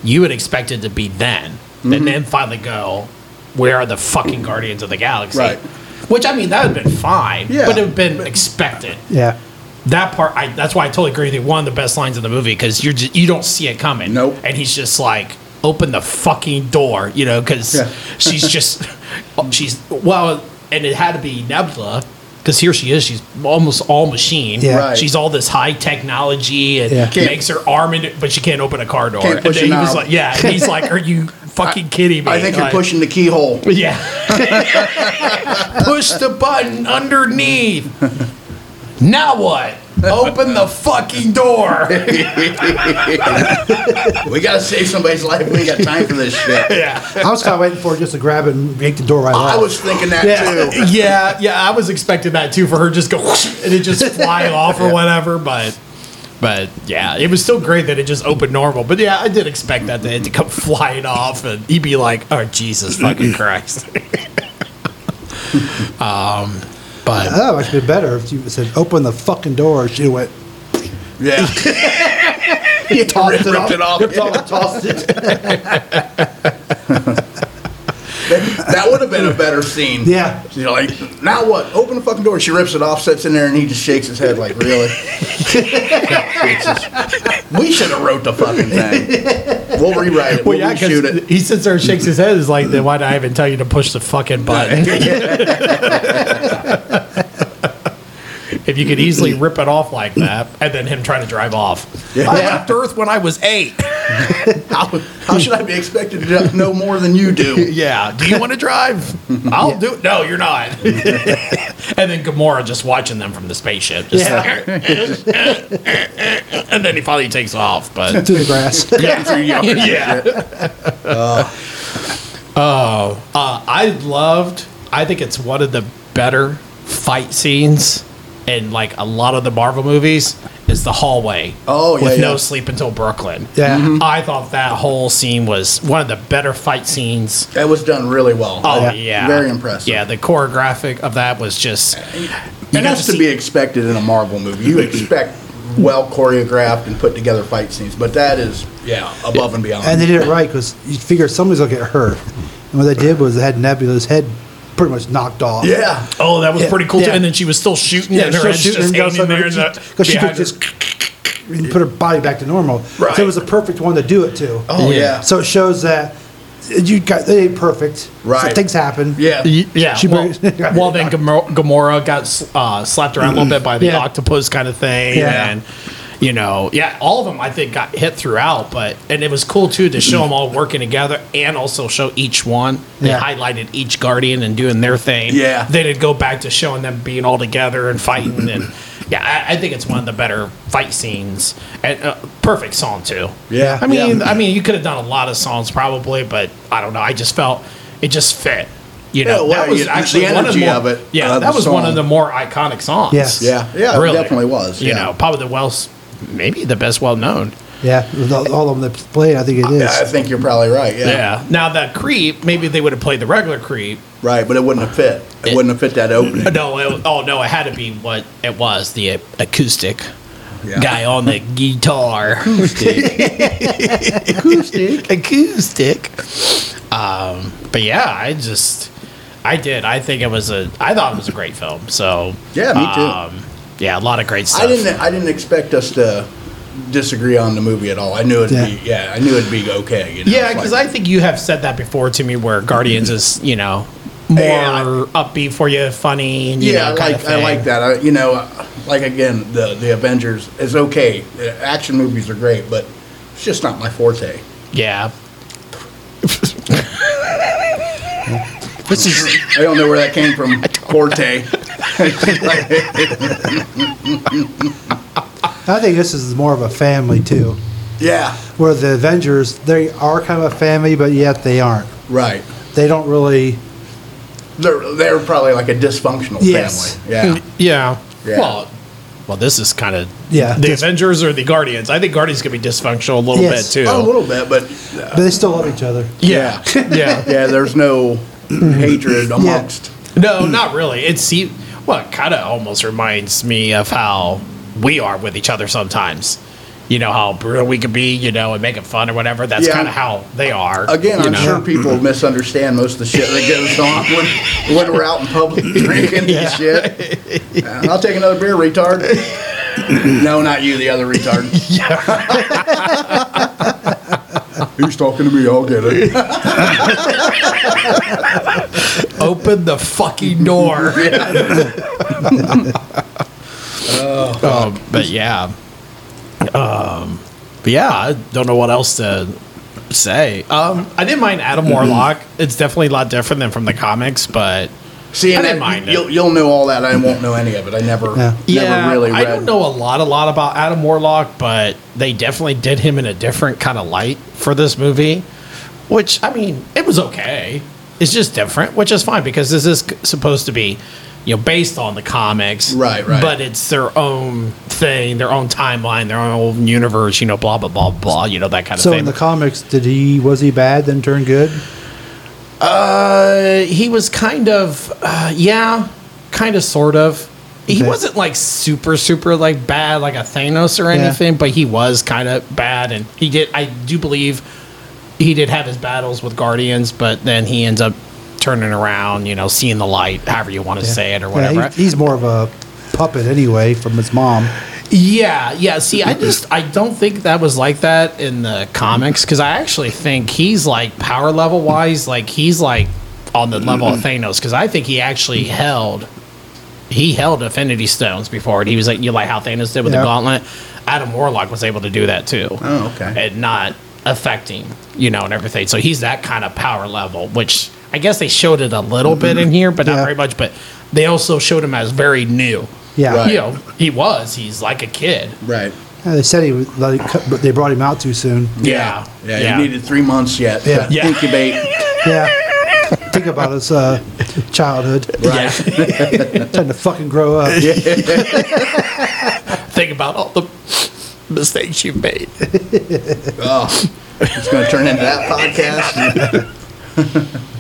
Speaker 1: You would expect it to be then
Speaker 2: Mm-hmm.
Speaker 1: and then finally go, where are the fucking Guardians of the Galaxy?
Speaker 2: Right.
Speaker 1: Which I mean, that would have been fine,
Speaker 2: Yeah.
Speaker 1: but it would have been expected
Speaker 3: Yeah.
Speaker 1: that part I that's why I totally agree with you. One of the best lines in the movie because you're just, you don't see it coming.
Speaker 2: Nope.
Speaker 1: And he's just like, open the fucking door, you know, because
Speaker 2: Yeah.
Speaker 1: she's just she's well, and it had to be Nebula because here she is. She's almost all machine.
Speaker 3: Yeah.
Speaker 2: Right.
Speaker 1: She's all this high technology and
Speaker 3: Yeah.
Speaker 2: Can't-
Speaker 1: makes her arm into, but she can't open a car door.
Speaker 2: Can't
Speaker 1: and
Speaker 2: push
Speaker 1: then
Speaker 2: a
Speaker 1: he was
Speaker 2: knob.
Speaker 1: like, yeah. And he's like, are you fucking kidding me?
Speaker 2: I think you're
Speaker 1: Like,
Speaker 2: pushing the keyhole.
Speaker 1: yeah. Push the button underneath. Now what? Open the fucking door.
Speaker 2: We got to save somebody's life. We ain't got time for this shit.
Speaker 1: Yeah.
Speaker 3: I was kind of waiting for it just to grab it and yank the door right
Speaker 2: I
Speaker 3: off.
Speaker 2: was thinking that too.
Speaker 1: Oh. Yeah, yeah, yeah. I was expecting that too for her just go whoosh, and it just fly off or whatever, but but yeah, it was still great that it just opened normal. But yeah, I did expect that to, to come flying off and he'd be like, Oh Jesus fucking Christ. um but
Speaker 3: That Oh, would actually be better if you said, open the fucking door. She went,
Speaker 2: Yeah.
Speaker 3: he tossed
Speaker 2: ripped it off.
Speaker 3: Ripped off and tossed it.
Speaker 2: That would have been a better scene.
Speaker 3: Yeah.
Speaker 2: She's like, now what? Open the fucking door. She rips it off, sits in there, and he just shakes his head like, really? we should have wrote the fucking thing. We'll rewrite it. We'll,
Speaker 1: Well, yeah,
Speaker 2: reshoot
Speaker 1: because
Speaker 2: it.
Speaker 1: he sits there and shakes his head. Is like, then why did I even tell you to push the fucking button? if you could easily rip it off like that, and then him trying to drive off.
Speaker 2: Yeah.
Speaker 1: I left Earth when I was eight.
Speaker 2: How, how should I be expected to know more than you do?
Speaker 1: yeah. Do you want to drive? I'll do it. No, you're not. and then Gamora just watching them from the spaceship. Just
Speaker 3: Yeah.
Speaker 1: like, and then he finally takes off. But
Speaker 3: Through the grass.
Speaker 1: yeah. Oh, uh, I loved. I think it's one of the better fight scenes in like a lot of the Marvel movies. Is the hallway?
Speaker 2: Oh, yeah,
Speaker 1: with
Speaker 2: yeah.
Speaker 1: no sleep until Brooklyn.
Speaker 3: Yeah. Mhm.
Speaker 1: I thought that whole scene was one of the better fight scenes
Speaker 2: That was done really well.
Speaker 1: Oh yeah.
Speaker 3: Yeah.
Speaker 2: Very impressive.
Speaker 1: Yeah, the choreographic of that was just.
Speaker 2: and that's to be expected in a Marvel movie. You expect well choreographed and put together fight scenes, but that is, yeah, above and beyond.
Speaker 3: And they did it right because you figure somebody's going to get hurt. And what they did was they had Nebula's head pretty much knocked off.
Speaker 2: yeah.
Speaker 1: Oh, that was
Speaker 3: Yeah,
Speaker 1: pretty cool. too.
Speaker 3: yeah.
Speaker 1: And then she was still shooting.
Speaker 3: Yeah,
Speaker 1: and her
Speaker 3: she was
Speaker 1: head's
Speaker 3: shooting
Speaker 1: just
Speaker 3: and
Speaker 1: hanging there.
Speaker 3: because she could just and put her body back to normal.
Speaker 2: Right.
Speaker 3: So it was a perfect one to do it to.
Speaker 2: Oh, yeah.
Speaker 3: So it shows that you got they ain't perfect.
Speaker 2: Right.
Speaker 3: So things happen.
Speaker 2: Yeah.
Speaker 1: Yeah.
Speaker 3: She
Speaker 1: well,
Speaker 3: brings-
Speaker 1: well, then Gamora, Gamora got uh, slapped around a little bit by the
Speaker 3: Yeah.
Speaker 1: octopus kind of thing,
Speaker 3: Yeah.
Speaker 1: and you know, yeah, all of them I think got hit throughout. But and it was cool too to show them all working together and also show each one. They
Speaker 3: Yeah.
Speaker 1: highlighted each guardian and doing their thing.
Speaker 2: Yeah.
Speaker 1: Then it'd go back to showing them being all together and fighting and. Yeah, I, I think it's one of the better fight scenes and uh, perfect song too.
Speaker 2: Yeah.
Speaker 1: I mean,
Speaker 2: Yeah.
Speaker 1: I mean, you could have done a lot of songs probably, but I don't know. I just felt it just fit. You
Speaker 2: Yeah,
Speaker 1: know,
Speaker 2: well,
Speaker 1: that was
Speaker 2: the
Speaker 1: actually one of, the
Speaker 2: energy
Speaker 1: more,
Speaker 2: of it,
Speaker 1: Yeah,
Speaker 2: uh,
Speaker 1: that
Speaker 2: the
Speaker 1: was one of
Speaker 2: song.
Speaker 1: the more iconic songs.
Speaker 3: Yes.
Speaker 2: Yeah, yeah, it definitely was,
Speaker 1: You
Speaker 2: yeah.
Speaker 1: know, probably the well, maybe the best well known.
Speaker 3: Yeah. with All, all of them that played, I think it is.
Speaker 2: Yeah, I think you're probably right. Yeah.
Speaker 1: Yeah. Now that creep, maybe they would have played the regular creep.
Speaker 2: Right, but it wouldn't have fit. It, wouldn't have fit that opening.
Speaker 1: But no, it, oh no, it had to be what it was the acoustic
Speaker 2: Yeah.
Speaker 1: guy on the guitar. acoustic. acoustic. Um, but yeah, I just I did. I think it was a. I thought it was a great film. So um,
Speaker 2: Yeah, me too.
Speaker 1: yeah, a lot of great stuff.
Speaker 2: I didn't. I didn't expect us to disagree on the movie at all. I knew it'd
Speaker 3: Yeah.
Speaker 2: be. Yeah, I knew it'd be okay. You know?
Speaker 1: Yeah,
Speaker 2: It's
Speaker 1: because
Speaker 2: like-
Speaker 1: I think you have said that before to me, where Guardians is you know more
Speaker 2: Yeah, I-
Speaker 1: upbeat for you, funny. You
Speaker 2: Yeah,
Speaker 1: know, kind
Speaker 2: I like
Speaker 1: of
Speaker 2: I
Speaker 1: thing.
Speaker 2: like that. I, you know, like again, the the Avengers is okay. Uh, Action movies are great, but it's just not my forte.
Speaker 1: Yeah. this is
Speaker 2: I don't know where that came from. Forte.
Speaker 3: I think this is more of a family too,
Speaker 2: yeah.
Speaker 3: where the Avengers they are kind of a family, but yet they aren't.
Speaker 2: Right.
Speaker 3: They don't really.
Speaker 2: They're they're probably like a dysfunctional
Speaker 3: Yes.
Speaker 2: family.
Speaker 1: Mm.
Speaker 2: Yeah.
Speaker 1: yeah.
Speaker 2: Yeah.
Speaker 1: Well, well, this is kind of
Speaker 3: Yeah,
Speaker 1: The
Speaker 3: dis-
Speaker 1: Avengers or the Guardians? I think Guardians could be dysfunctional a little
Speaker 3: Yes.
Speaker 1: bit too.
Speaker 2: A little bit, but uh,
Speaker 3: But they still love each other.
Speaker 1: yeah. yeah.
Speaker 2: yeah, there's no hatred amongst.
Speaker 1: No, not really. It see well, kind of almost reminds me of how we are with each other sometimes. You know how brutal we could be, you know, and making fun or whatever. That's
Speaker 2: Yeah.
Speaker 1: kind of how they are.
Speaker 2: Again,
Speaker 1: you
Speaker 2: I'm
Speaker 1: know?
Speaker 2: sure people misunderstand most of the shit that goes on when, when we're out in public drinking this shit. Uh, I'll take another beer, retard. no, not you, the other retard. Who's talking to me? I'll get it.
Speaker 1: Open the fucking door. um, but yeah, um, but yeah, I don't know what else to say. Um, I didn't mind Adam Warlock. It's definitely a lot different than from the comics, but
Speaker 2: See,
Speaker 1: I
Speaker 2: and
Speaker 1: didn't
Speaker 2: that-
Speaker 1: mind it.
Speaker 2: you'll, you'll know all that. I won't know any of it. I never,
Speaker 3: Yeah.
Speaker 2: never really read.
Speaker 1: I don't know a lot, a lot about Adam Warlock, but they definitely did him in a different kind of light for this movie, which I mean, it was okay. It's just different, which is fine because this is c- supposed to be, you know, based on the comics,
Speaker 2: Right, right.
Speaker 1: But it's their own thing, their own timeline, their own universe, you know, blah blah blah blah, you know, that kind of
Speaker 3: So
Speaker 1: thing.
Speaker 3: in the comics, did he was he bad then turn good?
Speaker 1: Uh, he was kind of, uh, yeah, kind of, sort of. He
Speaker 3: Okay.
Speaker 1: wasn't like super, super like bad, like a Thanos or
Speaker 3: Yeah.
Speaker 1: anything, but he was kind of bad, and he did. I do believe he did have his battles with Guardians, but then he ends up turning around, you know, seeing the light, however you want to say it or
Speaker 3: Yeah,
Speaker 1: whatever.
Speaker 3: he- he's more of a puppet anyway from his mom.
Speaker 1: Yeah, yeah. See, I just I don't think that was like that in the comics because I actually think he's like power level wise, like he's like on the level of Thanos because I think he actually held he held Affinity Stones before, and he was like you know, like how Thanos did with
Speaker 3: Yeah.
Speaker 1: the Gauntlet. Adam Warlock was able to do that too.
Speaker 2: Oh, okay.
Speaker 1: And not affecting you know and everything. So he's that kind of power level, which I guess they showed it a little
Speaker 2: Mm-hmm.
Speaker 1: bit in here, but not
Speaker 3: Yeah.
Speaker 1: very much. But they also showed him as very new
Speaker 3: Yeah,
Speaker 2: Right.
Speaker 1: you know, he was. He's like a kid.
Speaker 2: Right.
Speaker 3: Yeah, they said he was like, but they brought him out too soon.
Speaker 1: Yeah.
Speaker 2: Yeah, you needed three months yet to
Speaker 3: Yeah.
Speaker 1: Yeah.
Speaker 2: incubate.
Speaker 3: Yeah, think about his uh, childhood,
Speaker 1: Yeah.
Speaker 3: trying to fucking grow up.
Speaker 1: Think about all the mistakes you've made.
Speaker 2: Oh, it's going to turn into that podcast.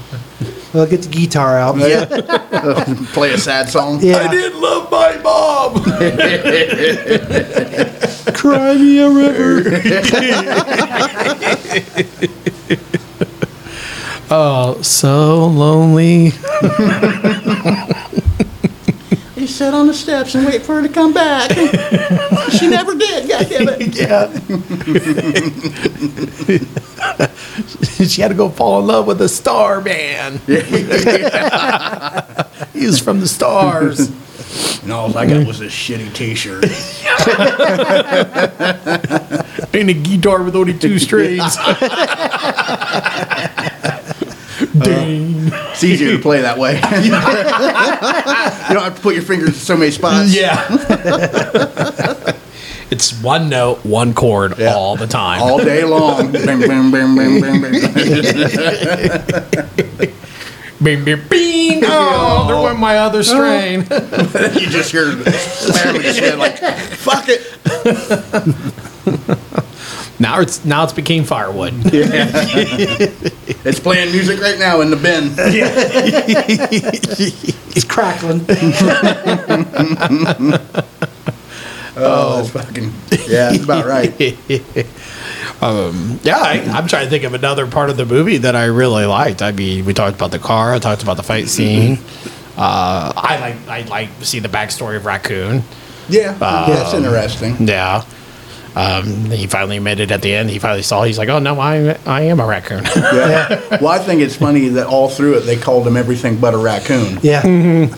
Speaker 3: Well, get the guitar out.
Speaker 2: Yeah. Play a sad song.
Speaker 3: Yeah.
Speaker 1: didn't love my mom.
Speaker 3: Cry me a river.
Speaker 1: Oh, so lonely.
Speaker 2: He sat on the steps and wait for her to come back. she never did. God damn it.
Speaker 1: Yeah. she had to go fall in love with a star man. he was from the stars.
Speaker 2: And all I got was this shitty T-shirt.
Speaker 1: and a guitar with only two strings.
Speaker 2: It's easier to play that way. you don't have to put your fingers in so many spots.
Speaker 1: Yeah. it's one note, one chord
Speaker 2: Yeah.
Speaker 1: all the time.
Speaker 2: All day long. Bing, bing, bing, bing, bing, bing.
Speaker 1: bing, bing, bing. Oh, there went my other strain.
Speaker 2: you just hear the slam of the shit like, fuck it.
Speaker 1: now it's now it's became firewood.
Speaker 2: It's playing music right now in the bin.
Speaker 3: It's crackling.
Speaker 2: Oh, that's fucking. Yeah, that's about right.
Speaker 1: Um, yeah, I, I'm trying to think of another part of the movie that I really liked. I mean, we talked about the car. I talked about the fight scene. Uh, I like I like to see the backstory of Raccoon.
Speaker 2: Yeah, that's interesting.
Speaker 1: Yeah. Um, he finally admitted at the end. He finally saw. He's like, "Oh no, I I am a raccoon."
Speaker 2: Yeah. well, I think it's funny that all through it they called him everything but a raccoon.
Speaker 3: Yeah.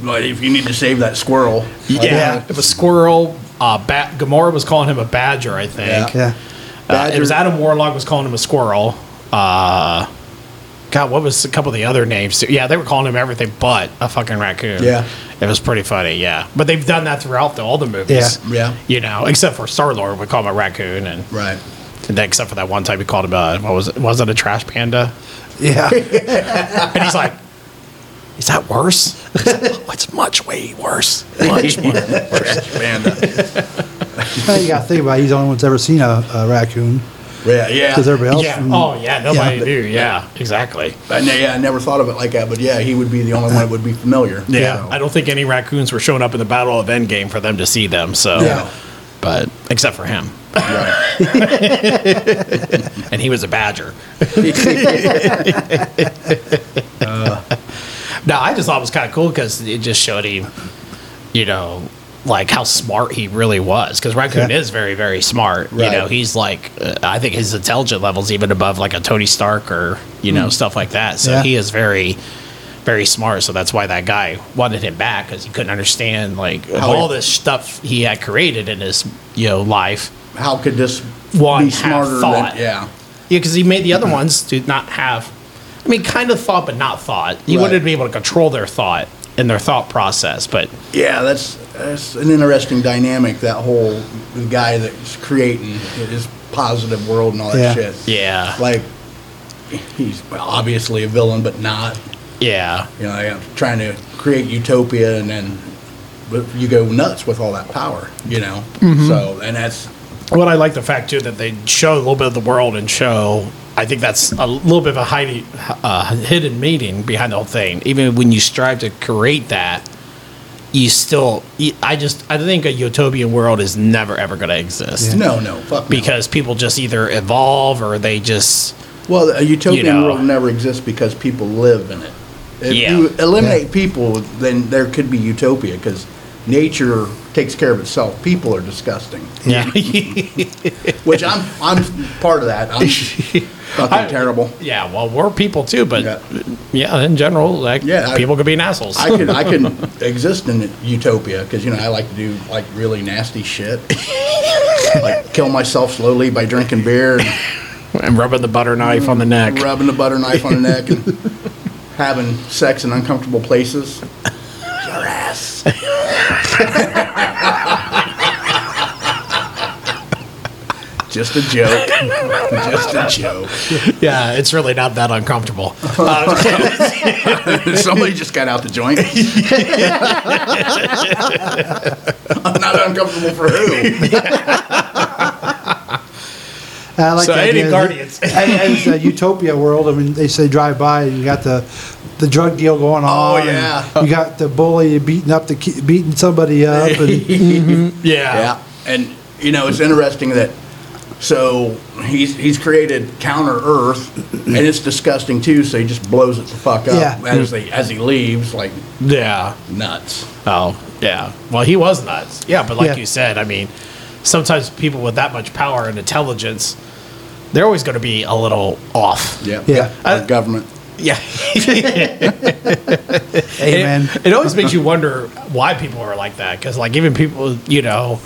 Speaker 2: Like if you need to save that squirrel.
Speaker 1: yeah. it was squirrel. Uh, bat. Gamora was calling him a badger. I think.
Speaker 3: Yeah.
Speaker 1: Uh, it was
Speaker 2: Badger-
Speaker 1: Adam Warlock was calling him a squirrel. Uh, God, what was a couple of the other names? Yeah, they were calling him everything but a fucking raccoon.
Speaker 2: Yeah.
Speaker 1: it was pretty funny. Yeah, but they've done that throughout the, all the movies.
Speaker 2: Yeah. Yeah.
Speaker 1: you know, except for Star Lord, we call him a raccoon, and,
Speaker 2: Right.
Speaker 1: and then except for that one time we called him a what was it? Was it a trash panda?
Speaker 3: Yeah.
Speaker 1: And he's like, "Is that worse? He's like, "Oh, it's much way worse. Much more worse."
Speaker 2: Panda.
Speaker 3: Now you got to think about it, he's the only one that's ever seen a, a raccoon
Speaker 2: yeah, yeah.
Speaker 3: because everybody else.
Speaker 1: Yeah.
Speaker 3: from-
Speaker 1: Oh yeah. Nobody
Speaker 3: Yeah.
Speaker 1: knew. Yeah. Exactly.
Speaker 2: I, ne- yeah, I never thought of it like that, but yeah, he would be the only one that would be familiar.
Speaker 1: Yeah,
Speaker 2: So,
Speaker 1: I don't think any raccoons were showing up in the Battle of Endgame for them to see them. So,
Speaker 2: Yeah.
Speaker 1: but except for him,
Speaker 2: right.
Speaker 1: and he was a badger. no, I just thought it was kind of cool because it just showed him, you know, like how smart he really was. Because raccoon
Speaker 3: Yeah.
Speaker 1: is very, very smart. You
Speaker 2: Right.
Speaker 1: know, he's like, uh, I think his intelligent level's even above like a Tony Stark or you know stuff like that. So
Speaker 3: Yeah.
Speaker 1: he is very. Very smart, so that's why that guy wanted him back because he couldn't understand like of
Speaker 2: How he-
Speaker 1: all this stuff he had created in his you know life.
Speaker 2: How could this
Speaker 1: One
Speaker 2: be
Speaker 1: half
Speaker 2: smarter
Speaker 1: thought.
Speaker 2: than yeah.
Speaker 1: Yeah, because he made the other ones to not have. I mean, kind of thought, but not thought. He
Speaker 2: Right.
Speaker 1: wanted to be able to control their thought and their thought process. But
Speaker 2: Yeah, that's that's an interesting dynamic. That whole the guy that's creating his positive world and all that
Speaker 3: Yeah.
Speaker 2: shit.
Speaker 1: Yeah.
Speaker 2: like he's obviously a villain, but not.
Speaker 1: yeah,
Speaker 2: You know, yeah, trying to create utopia, and then but you go nuts with all that power. You know, so and that's
Speaker 1: what I like the fact too that they show a little bit of the world and show. I think that's a little bit of a hiding, uh, hidden meaning behind the whole thing. Even when you strive to create that, you still. I just I think a utopian world is never ever going to exist
Speaker 2: no, no, fuck no.
Speaker 1: because people just either evolve or they just.
Speaker 2: well, a utopian
Speaker 1: you know.
Speaker 2: world never exists because people live in it. If
Speaker 1: Yeah.
Speaker 2: you eliminate people, then there could be utopia because nature takes care of itself. People are disgusting.
Speaker 1: yeah.
Speaker 2: Which I'm I'm part of that. I'm fucking
Speaker 1: I-
Speaker 2: terrible.
Speaker 1: Yeah, well, we're people too, but
Speaker 2: Yeah.
Speaker 1: yeah, in general, like
Speaker 2: Yeah, I-
Speaker 1: people could be assholes.
Speaker 2: I could I could exist in utopia because you know I like to do like really nasty shit, like kill myself slowly by drinking beer and
Speaker 1: and rubbing the butter knife on the neck.
Speaker 2: rubbing a butter knife on the neck and having sex in uncomfortable places. Your ass. Just a joke. Just a joke.
Speaker 1: yeah, it's really not that uncomfortable. Uh,
Speaker 2: Somebody just got out the joint. I'm not uncomfortable for who.
Speaker 3: I like
Speaker 1: so
Speaker 3: the
Speaker 1: any
Speaker 3: idea that-
Speaker 1: guardians?
Speaker 3: and, and it's a utopia world. I mean, they say drive by, and you got the the drug deal going
Speaker 2: Oh,
Speaker 3: on. and
Speaker 2: yeah.
Speaker 3: you got the bully beating up the ki- beating somebody up, and
Speaker 1: yeah,
Speaker 2: Yeah, and you know it's interesting that so he's he's created counter Earth, and it's disgusting too. So he just blows it the fuck up
Speaker 3: Yeah.
Speaker 2: as they as he leaves, like
Speaker 1: yeah,
Speaker 2: nuts.
Speaker 1: Oh, yeah. Well, he was nuts. Yeah, but like
Speaker 3: Yeah.
Speaker 1: you said, I mean, sometimes people with that much power and intelligence, they're always going to be a little off.
Speaker 2: Yep.
Speaker 3: Yeah.
Speaker 2: Our government.
Speaker 1: Yeah.
Speaker 3: amen.
Speaker 1: It, it always makes you wonder why people are like that. Because, like, even people, you know,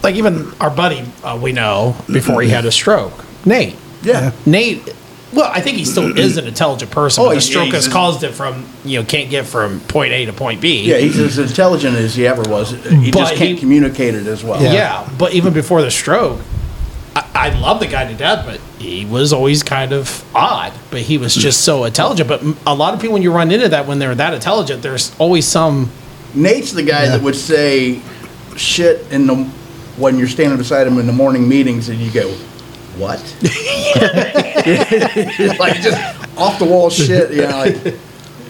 Speaker 1: like even our buddy uh, we know before he had a stroke, Nate.
Speaker 2: Yeah.
Speaker 1: Nate, well, I think he still is an intelligent person.
Speaker 2: Oh,
Speaker 1: but the
Speaker 2: he's-
Speaker 1: stroke
Speaker 2: he's-
Speaker 1: has caused it from, you know, can't get from point A to point B.
Speaker 2: Yeah, he's as intelligent as he ever was. He
Speaker 1: But
Speaker 2: just can't
Speaker 1: he-
Speaker 2: communicate it as well.
Speaker 1: Yeah. But even before the stroke, I, I love the guy to death, but he was always kind of odd. But he was just so intelligent. But m- a lot of people, when you run into that, when they're that intelligent, there's always some.
Speaker 2: Nate's the guy that would say shit in the when you're standing beside him in the morning meetings and you go, "What?" like just off the wall shit. You know, like,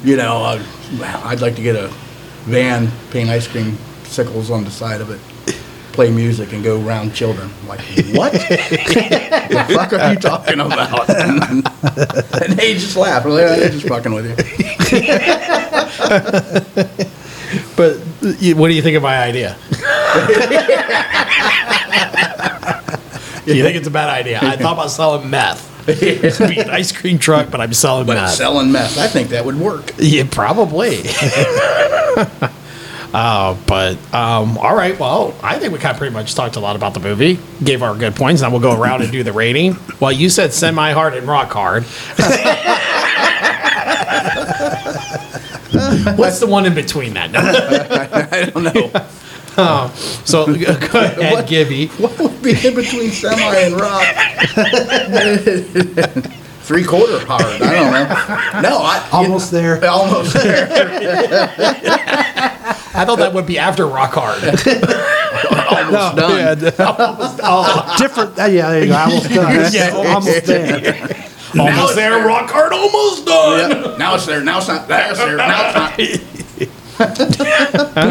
Speaker 2: you know. Uh, wow, I'd like to get a van paint ice cream sickles on the side of it. play music and go around children. I'm like, what? the fuck are you talking about? and they just laugh. I'm like, "Oh, they're just fucking with you.
Speaker 1: But you, what do you think of my idea? you think it's a bad idea? I thought about selling meth. It's be an ice cream truck, but I'm selling
Speaker 2: But
Speaker 1: meth.
Speaker 2: selling meth, I think that would work.
Speaker 1: yeah, probably. Uh, but um, all right, well, I think we kind of pretty much talked a lot about the movie, gave our good points. Now we'll go around and do the rating. Well, you said semi hard and rock hard. What's the one in between that? No.
Speaker 2: I don't know.
Speaker 1: So go ahead, Gibby.
Speaker 2: What would be in between semi and rock? Three quarter hard. I don't know. No, I
Speaker 3: Almost there.
Speaker 2: Almost there.
Speaker 1: I thought that would be after rock hard.
Speaker 2: Almost done.
Speaker 1: Oh,
Speaker 3: Different. uh, yeah, there you go. I almost done.
Speaker 1: Yeah.
Speaker 3: Almost there.
Speaker 1: almost there, rock hard, almost done.
Speaker 2: Yep. Now it's there. Now it's not. Now it's there. Now it's not.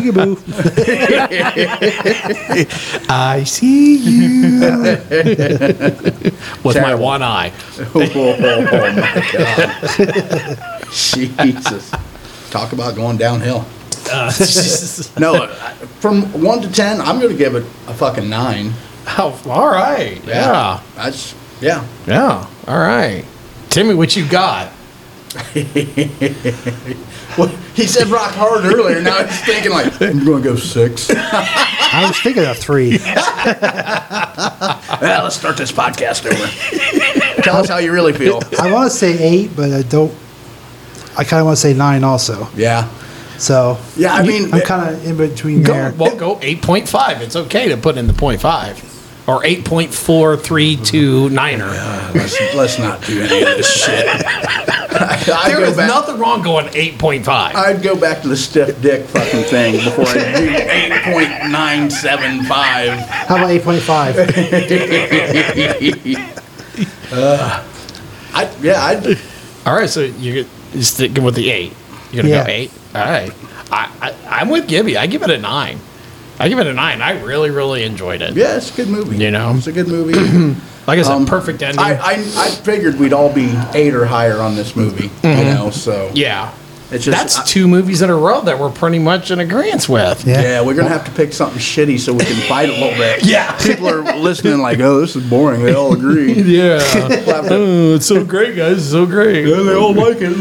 Speaker 3: Peekaboo.
Speaker 1: I see you with my
Speaker 2: Terrible.
Speaker 1: one eye.
Speaker 2: oh, my god! Jesus, talk about going downhill.
Speaker 1: Uh,
Speaker 2: No, I- from one to ten, I'm gonna give it a fucking nine.
Speaker 1: oh, all right. Yeah.
Speaker 2: that's yeah.
Speaker 1: yeah. All right. Timmy, what you got?
Speaker 2: Well, he said rock hard earlier. Now he's thinking like I'm gonna go six. yeah,
Speaker 3: I was thinking of three.
Speaker 2: let's start this podcast over. Tell us how you really feel.
Speaker 3: I want to say eight, but I don't. I kind of want to say nine also.
Speaker 2: Yeah,
Speaker 3: So
Speaker 2: Yeah, I mean-
Speaker 3: I'm kind of in between
Speaker 1: Go,
Speaker 3: there.
Speaker 1: well, go 8.5. It's okay to put in the 0.5 or 8.4329er.
Speaker 2: let's, let's not do any of this shit. I, I
Speaker 1: There
Speaker 2: go
Speaker 1: is
Speaker 2: back-
Speaker 1: nothing wrong going 8.5.
Speaker 2: I'd go back to the stiff dick fucking thing before I do eight point nine seven five.
Speaker 3: How about eight point five?
Speaker 2: Uh, I yeah, I'd
Speaker 1: All right. So you're sticking with the 8. You're going to
Speaker 3: Yeah.
Speaker 1: go 8. All right. I, I, I'm with Gibby. I give it a 9. I give it a 9. I really, really enjoyed it.
Speaker 2: yeah, it's a good movie.
Speaker 1: You know?
Speaker 2: it's a good movie.
Speaker 1: Like I said,
Speaker 2: Um,
Speaker 1: perfect ending.
Speaker 2: I, I I figured we'd all be eight or higher on this movie. You
Speaker 1: Mm-hmm.
Speaker 2: know, so
Speaker 1: yeah.
Speaker 2: It's just-
Speaker 1: That's
Speaker 2: I-
Speaker 1: two movies in a row that we're pretty much in agreement with.
Speaker 3: Yeah.
Speaker 2: Yeah, we're gonna have to pick something shitty so we can fight a little bit.
Speaker 1: Yeah.
Speaker 2: people are listening like, oh, this is boring. They all agree.
Speaker 1: Yeah. oh, it's so great, guys. It's so great.
Speaker 2: And they all like it.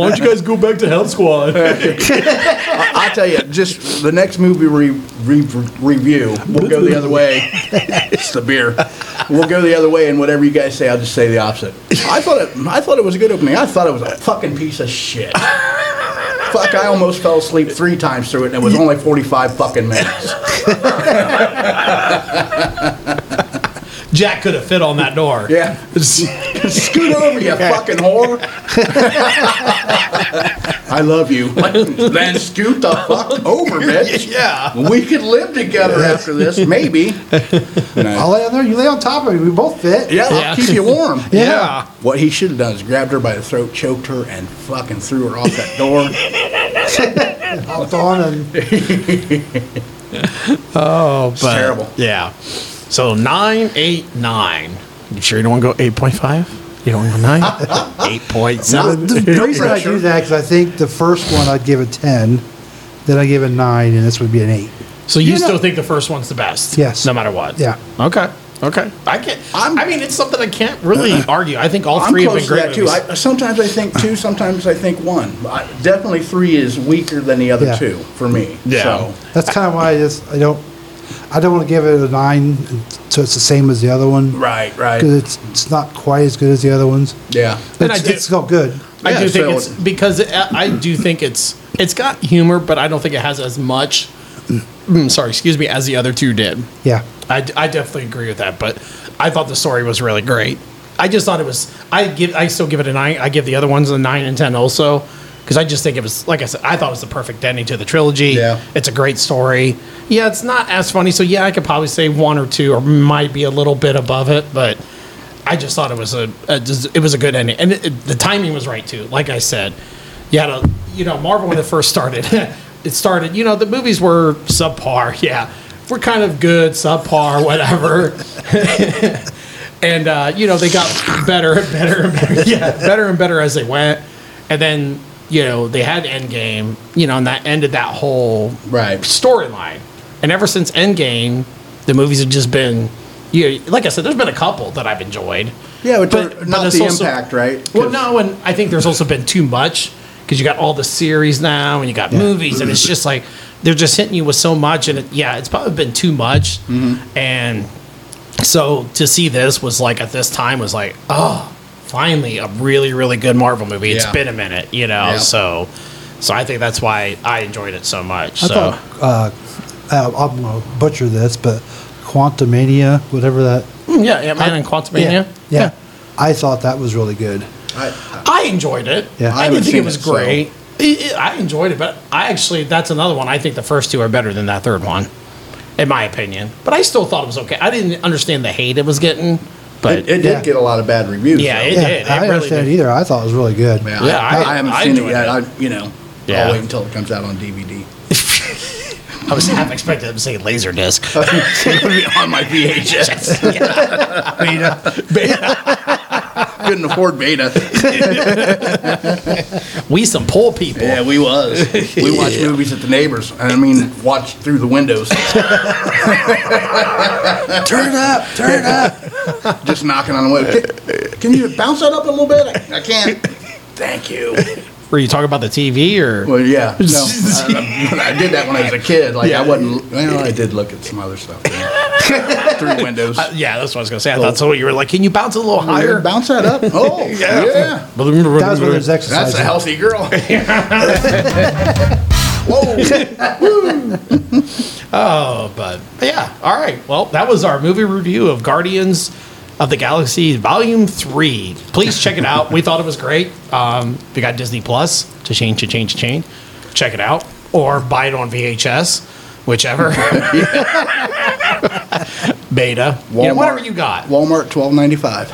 Speaker 1: Why don't you guys go back to Hell Squad?
Speaker 2: I tell you, just the next movie we re- review, we'll go the other way. it's the beer. We'll go the other way, and whatever you guys say, I'll just say the opposite. I thought it. I thought it was a good opening. I thought it was a fucking piece of shit. Fuck! I almost fell asleep three times through it, and it was only forty-five fucking minutes.
Speaker 1: Jack could have fit on that door.
Speaker 2: Yeah. Scoot over, you fucking whore. I love you. Then scoot the fuck over, bitch.
Speaker 1: yeah.
Speaker 2: We could live together after this, maybe.
Speaker 3: I'll
Speaker 2: No.
Speaker 3: lay on there. You lay on top of me. We both fit.
Speaker 2: Yeah,
Speaker 1: Yeah.
Speaker 2: I'll keep you warm.
Speaker 1: Yeah.
Speaker 2: What he should have done is grabbed her by the throat, choked her, and fucking threw her off that door.
Speaker 3: Hopped on and
Speaker 1: Oh,
Speaker 2: It's terrible.
Speaker 1: Yeah. So nine, eight, nine. You sure you don't want to go eight point five? You don't want to go nine? Eight point seven.
Speaker 3: the, the reason I do that because I think the first one I'd give a ten, then I give a nine, and this would be an eight.
Speaker 1: So you,
Speaker 3: You know-
Speaker 1: still think the first one's the best?
Speaker 3: Yes.
Speaker 1: No matter what.
Speaker 3: Yeah.
Speaker 1: Okay. Okay. I can't.
Speaker 2: I'm-
Speaker 1: i mean, it's something I can't really argue. I think all
Speaker 2: I'm
Speaker 1: three have
Speaker 2: close
Speaker 1: been
Speaker 2: to
Speaker 1: great
Speaker 2: that too.
Speaker 1: movies.
Speaker 2: I, sometimes I think two, sometimes I think one. I, definitely three is weaker than the other
Speaker 3: Yeah.
Speaker 2: two for me.
Speaker 1: Yeah.
Speaker 2: So,
Speaker 3: That's kind of why I just I don't I don't want to give it a nine, so it's the same as the other one.
Speaker 2: right, right.
Speaker 3: Because it's it's not quite as good as the other ones.
Speaker 2: Yeah.
Speaker 1: And I
Speaker 3: It's,
Speaker 1: do-
Speaker 3: it's still good.
Speaker 1: I do
Speaker 2: Yeah,
Speaker 1: think
Speaker 2: so-
Speaker 1: it's because it, I I do think it's it's got humor, but I don't think it has as much. mm, Sorry, excuse me, as the other two did.
Speaker 3: Yeah.
Speaker 1: I, d- I definitely agree with that, but I thought the story was really great. I just thought it was. I give. I still give it a nine. I give the other ones a nine and ten also, because I just think it was. Like I said, I thought it was the perfect ending to the trilogy.
Speaker 2: Yeah.
Speaker 1: it's a great story. Yeah, it's not as funny, so yeah, I could probably say one or two, or might be a little bit above it, but I just thought it was a. a just- it was a good ending, and it, it- the timing was right too. Like I said, you had a. You know, Marvel when it first started. it started. You know, the movies were subpar. Yeah, we're kind of good, subpar, whatever. and uh, you know, they got better and better and better. Yeah, better and better as they went. And then you know they had Endgame. You know, and that ended that whole
Speaker 2: Right.
Speaker 1: storyline. And ever since Endgame, the movies have just been. You know, like I said, there's been a couple that I've enjoyed.
Speaker 2: Yeah,
Speaker 1: But-
Speaker 2: but, they're
Speaker 1: but
Speaker 2: not
Speaker 1: it's
Speaker 2: the
Speaker 1: also-
Speaker 2: impact, right?
Speaker 1: Well,
Speaker 2: 'Cause-
Speaker 1: no, and I think there's also been too much because you got all the series now and you got movies, and it's just like they're just hitting you with so much, and it, yeah, it's probably been too much,
Speaker 3: Mm-hmm.
Speaker 1: and so to see this was like at this time was like oh, finally a really really good Marvel movie. It's
Speaker 2: Yeah.
Speaker 1: been a minute, you know,
Speaker 2: Yeah.
Speaker 1: so so I think that's why I enjoyed it so much.
Speaker 3: I
Speaker 1: so
Speaker 3: thought uh, uh, I'm gonna butcher this, but Quantumania, whatever that.
Speaker 1: Mm, yeah, Ant Man and Quantumania.
Speaker 3: yeah, I thought that was really good.
Speaker 2: I,
Speaker 1: I enjoyed it.
Speaker 3: Yeah. I
Speaker 1: I, didn't
Speaker 2: haven't
Speaker 1: think it
Speaker 2: seen
Speaker 1: was
Speaker 2: it, so-
Speaker 1: great. I- I I enjoyed it, but I actually that's another one. I think the first two are better than that third one, in my opinion. But I still thought it was okay. I didn't understand the hate it was getting, but
Speaker 2: it, it
Speaker 3: Yeah.
Speaker 2: did get a lot of bad reviews.
Speaker 1: Yeah,
Speaker 2: though.
Speaker 1: it-
Speaker 3: yeah,
Speaker 1: did.
Speaker 3: I
Speaker 1: really
Speaker 3: didn't understand
Speaker 1: did.
Speaker 3: either. I thought it was really good.
Speaker 2: Yeah,
Speaker 1: Yeah,
Speaker 2: I,
Speaker 1: I-
Speaker 2: I haven't
Speaker 1: I
Speaker 2: seen it
Speaker 1: enjoyed
Speaker 2: yet.
Speaker 1: it.
Speaker 2: I, you know,
Speaker 1: Yeah.
Speaker 2: I'll wait until it comes out on DVD.
Speaker 1: I was half expecting them to say laser disc.
Speaker 2: It's gonna be on my VHS. beta. Couldn't afford beta.
Speaker 1: we some poor people.
Speaker 2: Yeah, we was. We watched movies at the neighbors. I mean, watched through the windows,
Speaker 3: Turn it up, turn it up.
Speaker 2: just knocking on the window. Can you bounce that up a little bit? I, I can't. Thank you.
Speaker 1: Were you talking about the TV or?
Speaker 2: Well, yeah. No, I, I did that when I was a kid. Like I wasn't. Well, I did look at some other stuff yeah. through windows.
Speaker 1: yeah, that's what I was gonna say. I thought so. You were like, can you bounce it a little higher?
Speaker 2: Bounce that up. Oh, yeah.
Speaker 3: That was one of those exercises.
Speaker 2: That's a healthy girl.
Speaker 1: Oh, but but yeah. All right. Well, that was our movie review of Guardians of the Galaxy Volume Three. Please check it out. we thought it was great. Um, if you got Disney Plus, to change, to change, to change, check it out or buy it on VHS, whichever. Beta, you know, whatever you got.
Speaker 2: Walmart twelve ninety five.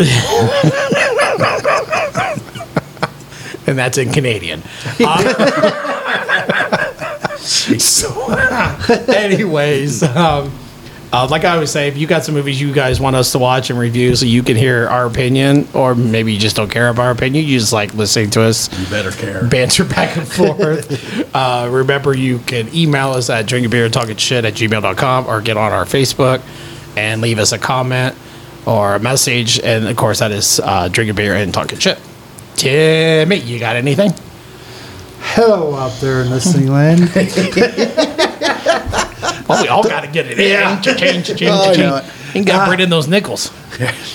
Speaker 1: and that's in Canadian. Uh, so, anyways, um, uh, like I always say, if you got some movies you guys want us to watch and review, so you can hear our opinion, or maybe you just don't care about our opinion, you just like listening to us
Speaker 2: You better care.
Speaker 1: banter back and forth. uh, remember, you can email us at drinkingbeertalkingshit at gmail.com or get on our Facebook and leave us a comment or a message. And of course, that is uh, drinking beer and talking shit. Timmy, you got anything?
Speaker 3: Hello out there in listening land.
Speaker 1: Well, we all got to get it in. Yeah. Change, change,
Speaker 2: Oh, I
Speaker 1: change.
Speaker 2: know it.
Speaker 1: And got to bring in those nickels.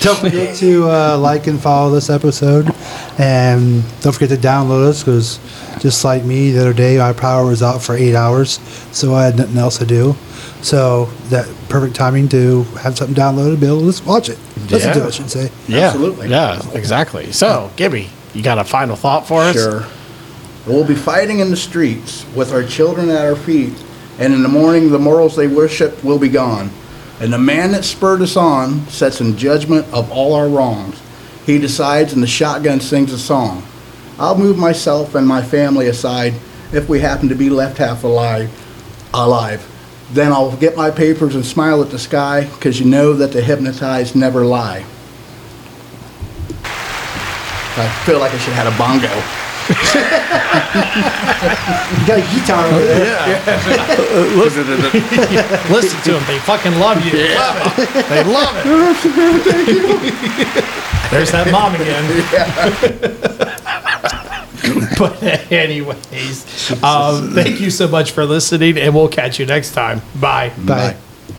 Speaker 3: don't forget to uh, like and follow this episode, and don't forget to download us because just like me, the other day my power was out for eight hours, so I had nothing else to do. So that perfect timing to have something downloaded, be able to just watch it, listen
Speaker 1: Yeah.
Speaker 3: to it, I should say.
Speaker 1: Yeah,
Speaker 2: Absolutely.
Speaker 1: Yeah, exactly. So, Gibby, you got a final thought for us?
Speaker 2: Sure. We'll be fighting in the streets with our children at our feet, and in the morning the morals they worship will be gone. And the man that spurred us on sets in judgment of all our wrongs. He decides, and the shotgun sings a song. I'll move myself and my family aside if we happen to be left half alive. Alive. Then I'll get my papers and smile at the sky, 'cause you know that the hypnotized never lie. I feel like I should have had a bongo.
Speaker 3: You got a guitar over there.
Speaker 1: Listen to them. They fucking love you. They love it. They love it. There's that mom again. but anyways, um, thank you so much for listening, and we'll catch you next time. Bye.
Speaker 3: Bye.
Speaker 2: Bye.